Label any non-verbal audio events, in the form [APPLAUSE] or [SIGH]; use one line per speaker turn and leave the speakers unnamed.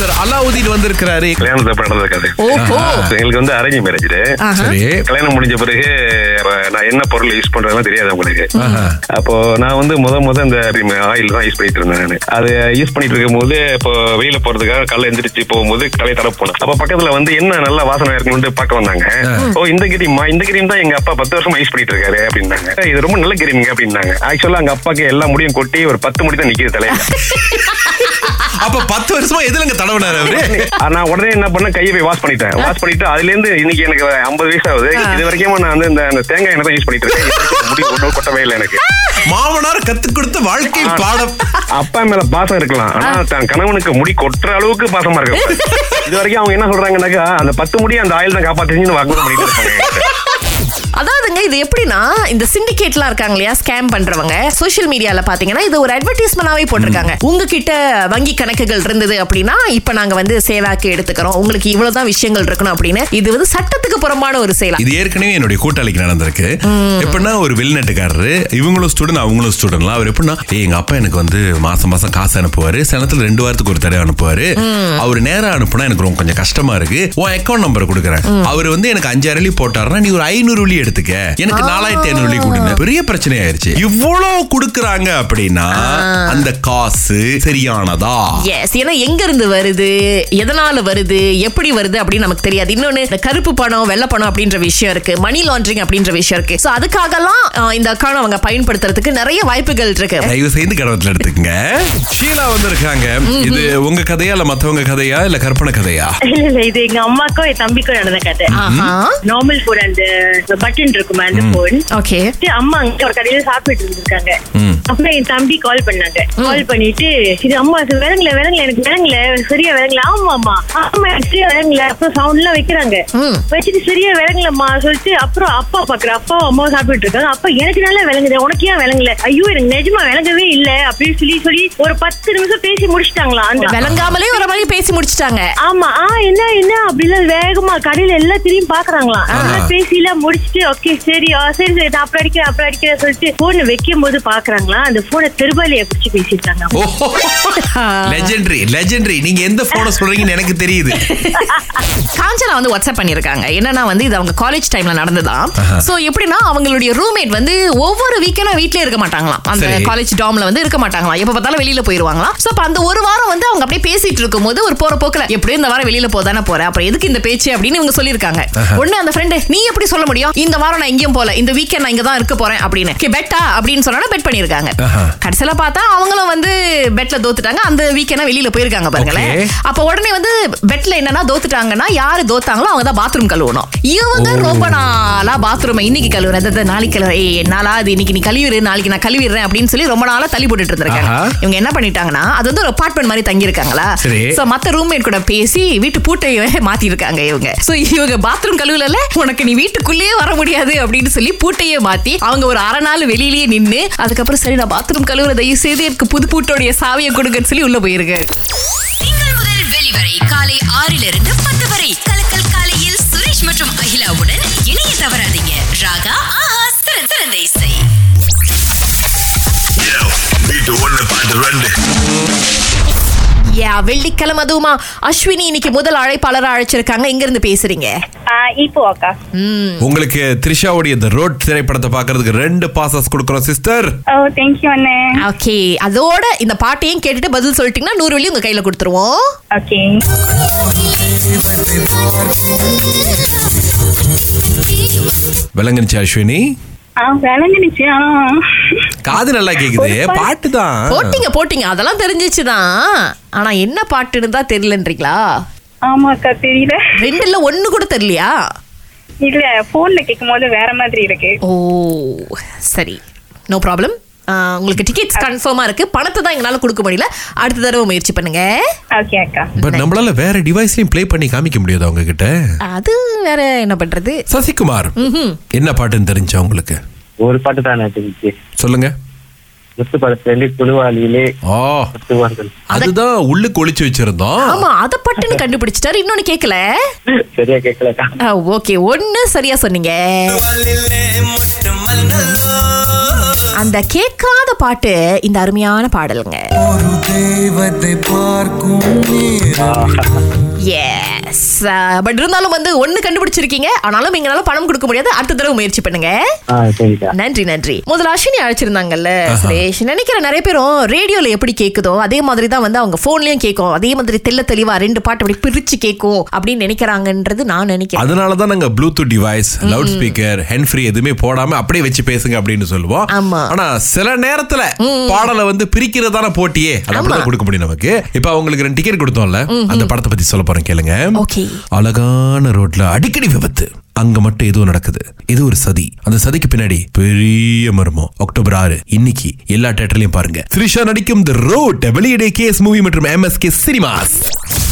Sir Alauddin வந்திருக்கிறாரு
கல்யாணத்தை நடந்த கதை
ஓஹோ
எங்களுக்கு வந்து அரேஞ்ச் மேரேஜ்
ஆஹா.
சரி
கல்யாணம் முடிஞ்ச பிறகு நான் என்ன பொருள் யூஸ் பண்றதுலாம் தெரியாது உங்களுக்கு
ஆஹா.
அப்போ நான் வந்து முத முத இந்த ஆயில் தான் யூஸ் பண்ணிட்டு இருந்தேன் நான் அது யூஸ் பண்ணிட்டு இருக்கும்போது இப்போ வெளியில போறதுக்காக காலைல எந்திரிச்சு போகும்போது தலையை தடவை போனேன் அப்போ பக்கத்துல வந்து என்ன நல்ல வாசனை இருக்குன்னு பார்க்க வந்தாங்க ஓ இந்த கிரீமா இந்த கிரீம் தான் எங்க அப்பா பத்து வருஷமா யூஸ் பண்ணிட்டு இருக்காரு அப்படின்னாங்க இது ரொம்ப நல்ல கிரீமுங்க அப்படின்னாங்க ஆக்சுவலா எங்க அப்பாக்கு எல்லா முடியும் கொட்டி ஒரு பத்து முடி தான் நிக்கிது தலையில
அப்ப பத்து வருஷமா எதுலங்க தடவினாரு அவரு
[LAUGHS] நான் உடனே என்ன பண்ண கையை போய் வாஷ் பண்ணிட்டேன் வாஷ் பண்ணிட்டு அதுல இருந்து இன்னைக்கு எனக்கு ஐம்பது வயசு ஆகுது இது வரைக்கும் நான் வந்து இந்த அந்த தேங்காய் எண்ணெய் தான் யூஸ் பண்ணிட்டு இருக்கேன் இது வரைக்கும் முடி ஒன்றும் கொட்டவே இல்லை எனக்கு
மாமனார் கத்து கொடுத்த வாழ்க்கை பாடம்
அப்பா மேல பாசம் இருக்கலாம் ஆனா தன் கணவனுக்கு முடி கொட்டுற அளவுக்கு பாசமா இருக்கு இது வரைக்கும் அவங்க என்ன சொல்றாங்கன்னாக்கா அந்த பத்து முடி அந்த ஆயில் தான் காப்பாத்துச்சுன்னு வாக்குவாதம் பண்ணிட்டு இருக்காங்க என்கிட்ட.
அதாவதுங்க இது எப்படின்னா இந்த சிண்டிகேட்லாம் இருக்காங்க இல்லையா ஸ்கேம் பண்றவங்க சோஷியல் மீடியால பாத்தீங்கன்னா இது ஒரு அட்வர்டைஸ்மெண்டாவே போட்டிருக்காங்க உங்ககிட்ட வங்கி கணக்குகள் இருந்தது அப்படின்னா இப்ப நாங்க வந்து சேவாக்கு எடுத்துக்கிறோம் உங்களுக்கு இவ்வளவுதான் விஷயங்கள் இருக்கணும் அப்படின்னு இது வந்து சட்டத்துக்கு புறம்பான ஒரு செயலா
இது ஏற்கனவே என்னுடைய கூட்டாளிக்கு நடந்திருக்கு எப்படின்னா ஒரு வெளிநாட்டுக்காரரு இவங்களும் ஸ்டூடெண்ட் அவங்களும் ஸ்டூடெண்ட்லாம் அவர் எப்படின்னா "ஏய், எங்க அப்பா எனக்கு வந்து மாசம் மாசம் காசு அனுப்புவாரு சில நேரத்துல ரெண்டு வாரத்துக்கு ஒரு தடவை அனுப்புவாரு அவர் நேரம் அனுப்புனா எனக்கு ரொம்ப கொஞ்சம் கஷ்டமா இருக்கு உன் அக்கௌண்ட் நம்பர் கொடுக்குறேன் அவர் வந்து எனக்கு அஞ்சாயிரம் வெள்ளி போட்டாருன்னா நீ ஒரு ஐநூறு வெள்ளி எடுத்துக்க எனக்கு நாலாயிரத்தி ஐநூறு வெள்ளி கொடுங்க பெரிய பிரச்சனை ஆயிருச்சு இவ்வளவு கொடுக்குறாங்க அப்படின்னா அந்த காசு சரியானதா
எஸ் ஏன்னா எங்க இருந்து வருது எதனால வருது எப்படி வருது அப்படின்னு நமக்கு தெரியாது இன்னொன்னு இந்த கருப்பு பணம் வெள்ளை பணம் அப்படின்ற விஷயம் இருக்கு மணி லாண்டரிங் அப்படின்ற விஷயம் இருக்கு சோ அதுக்காகலாம் அஹ், இந்த அக்கான அவங்க பயன்படுத்துறதுக்கு நிறைய வாய்ப்புகள் இருக்கு
தயவு செய்து கடவுளத்துல எடுத்துக்கங்க ஷீலா வந்திருக்காங்க இது உங்க கதையா இல்ல மத்தவங்க கதையா இல்ல கற்பனை கதையா
இல்ல இல்ல இது எங்க அம்மாக்கும் என் தம்பிக்கும் நடந்த கதை
ஆஹா
நார்மல் போன் அந்த பட்டன் uh, இருக்குமா அந்த போன்
ஓகே
அம்மா அங்க ஒரு கடையில சாப்பிட்டு இருந்திருக்காங்க
ம்.
அப்புறம் என் தம்பி கால் பண்ணாங்க கால் பண்ணிட்டு இது அம்மா இது விளங்கல விளங்கல எனக்கு விளங்கல சரியா விளங்கல ஆமா அம்மா ஆமா எனக்கு சரியா விளங்கல அப்புறம் சவுண்ட் எல்லாம் வைக்கிறாங்க
ம்.
வச்சுட்டு சரியா விளங்கலம்மா சொல்லிட்டு அப்புறம் அப்பா பாக்குற அப்பா அம்மா சாப்பிட்டு இருக்காங்க அப்பா எனக்கு நல்லா விளங்குது உனக்கு ஏன் விளங்கல ஐயோ எனக்கு நிஜமா விளங்கவே இல்ல அப்படின்னு சொல்லி சொல்லி ஒரு பத்து நிமிஷம் பேசி முடிச்சிட்டாங்களாம் அந்த
விளங்காமலே ஒரு மாதிரி பேசி முடிச்சிட்டாங்க
ஆமா ஆ என்ன என்ன அப்படிலாம் வேகமா கடையில எல்லாத்திலயும் பாக்குறாங்களாம் அதெல்லாம் பேசி எல்லாம் முடிச்சுட்டு ஓகே சரி ஆ, சரி சரி நான் அப்புறம் அடிக்கிறேன் அப்புறம் அடிக்கிறேன் சொல்லிட்டு போன் வைக்கும் போது பாக்குறாங்களாம் அந்த போனை திருபாலியை பிடிச்சு பேசிட்டாங்க
ஓஹோ லெஜெண்டரி லெஜெண்டரி நீங்க எந்த போன சொல்றீங்கன்னு எனக்கு தெரியுது
காஞ்சனா வந்து வாட்ஸ்அப் பண்ணிருக்காங்க என்னன்னா வந்து இது அவங்க காலேஜ் டைம்ல நடந்ததாம் சோ எப்படின்னா அவங்களுடைய ரூம்மேட் வந்து ஒவ்வொரு வீக்கெண்டும் வீட்லயே இருக்க மாட்டாங்களாம் அந்த
சரி.
காலேஜ் டாம்ல வந்து இருக்க மாட்டாங்களாம் எப்ப பார்த்தாலும் வெளியில போயிருவாங்களாம் சோ அப்ப அந்த ஒரு வாரம் வந்து அவங்க அப்படியே பேசிட்டு இருக்கும்போது ஒரு போற போக்குல எப்படியும் இந்த வாரம் வெளியில போதானே போற அப்புறம் எதுக்கு இந்த பேச்சு அப்படின்னு இவங்க சொல்லியிருக்காங்க ஒண்ணு அந்த ஃப்ரெண்டு நீ எப்படி சொல்ல முடியும் இந்த வாரம் நான் எங்கேயும் போல இந்த வீக்கெண்ட் நான் இங்க தான் இருக்க போறேன் அப்படின்னு "Okay, bet ஆ அப்படின்னு சொன்னா பெட் பண்ணிருக்காங்க
ஆஹா.
கடைசியில பார்த்தா அவங்களும் வந்து பெட்ல தோத்துட்டாங்க அந்த வீக்கெண்டா வெளியில போயிருக்காங்க பாருங்களேன்
Okay.
அப்ப உடனே வந்து பெட்ல என்னன்னா தோத்துட்டாங்கன்னா யாரு தோத்தாங்களோ அவங்க தான் பாத்ரூம் கழுவணும் இவங்க ரொம்ப நாளா பாத்ரூம் இன்னைக்கு கழுவுறேன் அதை நாளைக்கு கழுவுறேன் ஏய், என்னால அது இன்னைக்கு நீ கழுவிடு நாளைக்கு நான் கழுவிடுறேன் அப்படின்னு சொல்லி ரொம்ப நாளா தள்ளி போட்டுட்டு இருந்திருக்காங்க
ஆஹா.
இவங்க என்ன பண்ணிட்டாங்கன்னா அது வந்து ஒரு அபார்ட்மெண்ட் மாதிரி தங்கி இருக்காங்களா
சரி.
சோ மத்த ரூம்மேட் கூட பேசி வீட்டு பூட்டையே மாத்தி இருக்காங்க இவங்க சோ இவங்க பாத்ரூம் கழுவல உனக்கு நீ வீட்டுக்குள்ளேயே வர முடியாது அப்படின்னு சொல்லி பூட்டையே மாத்தி அவங்க ஒரு அரை நாள் வெளியிலேயே நின்னு அதுக்கப்புறம் சரி நான் பாத்ரூம் கழுவுற தயவு செய்து எனக்கு புது பூட்டோடைய சாவியை கொடுங்கன்னு சொல்லி உள்ள போயிருக்காரு
திங்கள் முதல் வெளிவரை காலை ஆறிலிருந்து பத்து வரை கலக்கல் காலையில் சுரேஷ் மற்றும் அகிலாவுடன் இணைய தவறாதீங்க ராகா ஆஹா சிறந்த சிறந்த இசை
Need to wonder by the rendezvous.
யா வெள்ளிக்கிழமை அதுவுமா அஸ்வினி இன்னைக்கு முதல் அழைப்பாளரா அழைச்சிருக்காங்க இங்க இருந்து பேசுறீங்க
இப்போ அக்கா
உங்களுக்கு த்ரிஷாவுடைய த ரோட் திரைப்படத்தை பாக்குறதுக்கு ரெண்டு பாசஸ் கொடுக்குறோம் சிஸ்டர்
ஓ தேங்க்யூ அண்ணே
ஓகே அதோட இந்த பாட்டையும் கேட்டுட்டு பதில் சொல்லிட்டீங்கன்னா நூறு வெள்ளி உங்க கையில கொடுத்துருவோம்
ஓகே
விளங்குனுச்சு அஸ்வினி
ஆ விளங்கிடுச்சு ஆ
காது நல்லா கேக்குது பாட்டு தான்
போட்டீங்க போட்டீங்க அதெல்லாம் தெரிஞ்சிச்சுதான் ஆனா என்ன பாட்டுன்னு தான் தெரியலன்றீங்களா
ஆமா அக்கா தெரியல
ரெண்டுல ஒண்ணு கூட தெரியலையா
இல்ல போன்ல கேட்கும் போது வேற மாதிரி இருக்கு
ஓ சரி நோ ப்ராப்ளம் உங்களுக்கு டிக்கெட்ஸ் கன்ஃபார்மா இருக்கு பணத்தை தான் எங்களால கொடுக்க முடியல அடுத்த தடவை முயற்சி பண்ணுங்க
ஓகே அக்கா
பட் நம்மளால வேற டிவைஸ்லயும் ப்ளே பண்ணி காமிக்க முடியாது அவங்க கிட்ட
அது வேற என்ன பண்றது
சசிகுமார் என்ன பாட்டுன்னு தெரிஞ்சா உங்களுக்கு
ஒரு பாட்டு தான் தெரிஞ்சு
சொல்லுங்க
முத்து படத்துல குழுவாளியிலே
ஆ
முத்துவார்கள்
அதுதான் உள்ளுக்கு ஒளிச்சு வச்சிருந்தோம்
ஆமா அத பட்டுன்னு கண்டுபிடிச்சிட்டாரு இன்னொன்னு கேக்கல
சரியா கேட்கலக்கா
ஓகே ஒண்ணு சரியா சொன்னீங்க அந்த கேட்காத பாட்டு இந்த அருமையான பாடலுங்க
ஒரு தெய்வத்தை பார்க்கும் நேரம்
எஸ் பட் இருந்தாலும் வந்து ஒண்ணு கண்டுபிடிச்சிருக்கீங்க ஆனாலும் எங்களால பணம் கொடுக்க முடியாது அடுத்த தடவை முயற்சி பண்ணுங்க
ஆ சரிக்கா
நன்றி நன்றி முதல்ல அஸ்வினி அழைச்சிருந்தாங்கல்ல சுரேஷ் நினைக்கிற நிறைய பேரும் ரேடியோல எப்படி கேக்குதோ அதே மாதிரி தான் வந்து அவங்க போன்லயும் கேட்கும் அதே மாதிரி தெள்ள தெளிவா ரெண்டு பாட்டு அப்படி பிரிச்சு கேட்கும் அப்படின்னு நினைக்கிறாங்கன்றது நான் நினைக்கிறேன்
அதனால தான் நாங்க Bluetooth device loud speaker hand free எதுவுமே போடாம அப்படியே வச்சு பேசுங்க அப்படின்னு சொல்லுவோம்
ஆமா.
ஆனா சில நேரத்துல பாடலை வந்து பிரிக்கிறதான போட்டியே அது அப்படிதான் கொடுக்க முடியும் நமக்கு இப்ப அவங்களுக்கு ரெண்டு டிக்கெட் கொடுத்தோம்ல அந்த படத்தை பத்தி சொல்ல போறேன் கேளுங்க
Okay.
அழகான ரோட்ல அடிக்கடி விபத்து அங்க மட்டும் ஏதோ நடக்குது இது ஒரு சதி அந்த சதிக்கு பின்னாடி பெரிய மர்மம் அக்டோபர் ஆறு இன்னைக்கு எல்லா தியேட்டர்லயும் பாருங்க த்ரிஷா நடிக்கும் தி ரோட் வெளியிடே கேஸ் மூவி மற்றும் எம்எஸ்கே சினிமாஸ்